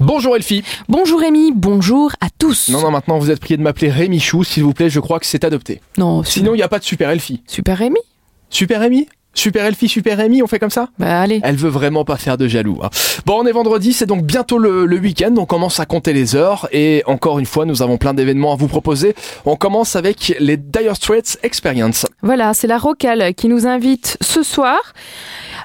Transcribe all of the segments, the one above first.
Bonjour Elfie. Bonjour Rémi, bonjour à tous. Non, non, maintenant vous êtes prié de m'appeler Rémi Chou, s'il vous plaît, je crois que c'est adopté. Non, su- Sinon, il n'y a pas de Super Elfie. Super Rémi Super Rémi Super Elfie, Super Rémi, on fait comme ça Bah allez. Elle veut vraiment pas faire de jaloux. hein. Bon, on est vendredi, c'est donc bientôt le, le week-end, on commence à compter les heures et encore une fois, nous avons plein d'événements à vous proposer. On commence avec les Dire Straits Experience. Voilà, c'est la Rocale qui nous invite ce soir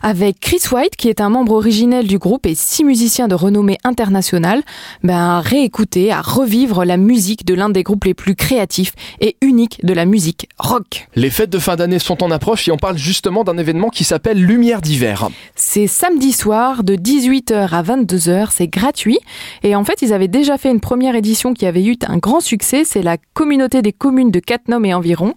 avec Chris White, qui est un membre originel du groupe et six musiciens de renommée internationale, ben, à réécouter, à revivre la musique de l'un des groupes les plus créatifs et uniques de la musique rock. Les fêtes de fin d'année sont en approche et on parle justement d'un événement qui s'appelle Lumière d'hiver. C'est samedi soir de 18h à 22h, c'est gratuit. Et en fait, ils avaient déjà fait une première édition qui avait eu un grand succès, c'est la communauté des communes de Cattenom et environ,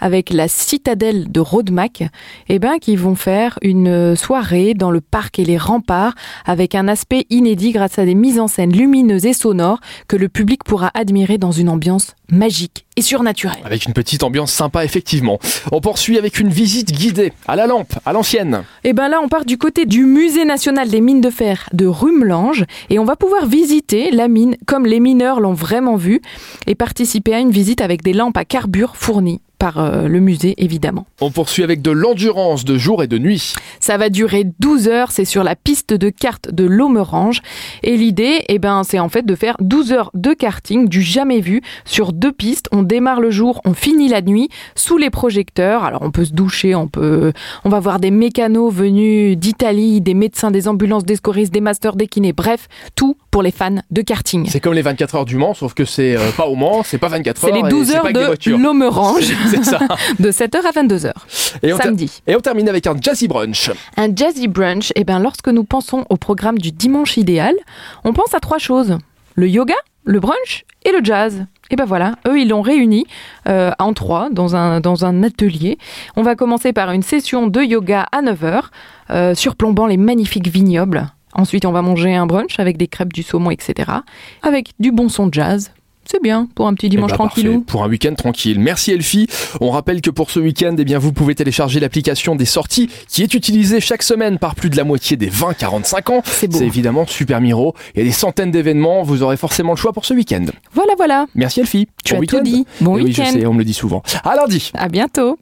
avec la citadelle de Rodemack, eh ben, qui vont faire une euh, soirée dans le parc et les remparts, avec un aspect inédit grâce à des mises en scène lumineuses et sonores que le public pourra admirer dans une ambiance magique et surnaturelle. Avec une petite ambiance sympa, effectivement. On poursuit avec une visite guidée à la lampe, à l'ancienne. Et ben là, on part du côté du Musée national des mines de fer de Rumelange et on va pouvoir visiter la mine comme les mineurs l'ont vraiment vu et participer à une visite avec des lampes à carbure fournies par euh, le musée évidemment. On poursuit avec de l'endurance de jour et de nuit. Ça va durer 12 heures, c'est sur la piste de kart de l'Omerange et l'idée eh ben c'est en fait de faire 12 heures de karting du jamais vu sur deux pistes, on démarre le jour, on finit la nuit sous les projecteurs. Alors on peut se doucher, on peut on va voir des mécanos venus d'Italie, des médecins, des ambulances, des scoristes, des masters, des kinés, bref, tout pour les fans de karting. C'est comme les 24 heures du Mans, sauf que c'est euh, pas au Mans, c'est pas 24 C'est heures. les et 12 c'est heures pas que des de voitures. l'Omerange C'est ça. de 7h à 22h Et on, ter- samedi. et on termine avec un jazzy brunch. Un jazzy brunch, eh ben, lorsque nous pensons au programme du dimanche idéal, on pense à trois choses. Le yoga, le brunch et le jazz. Et ben voilà, eux ils l'ont réuni euh, en trois dans un, dans un atelier. On va commencer par une session de yoga à 9h, euh, surplombant les magnifiques vignobles. Ensuite on va manger un brunch avec des crêpes du saumon, etc. Avec du bon son jazz. C'est bien pour un petit dimanche Eh ben, tranquillou. parfait. Pour un week-end tranquille. Merci Elfie. On rappelle que pour ce week-end, eh bien, vous pouvez télécharger l'application des sorties qui est utilisée chaque semaine par plus de la moitié des 20-45 ans. C'est beau. C'est évidemment Super Miro. Il y a des centaines d'événements. Vous aurez forcément le choix pour ce week-end. Voilà, voilà, Merci Elfie. tu Bon as tout week-end. dit. Bon Eh oui, je week-end. sais, on me le dit souvent. À lundi. à bientôt.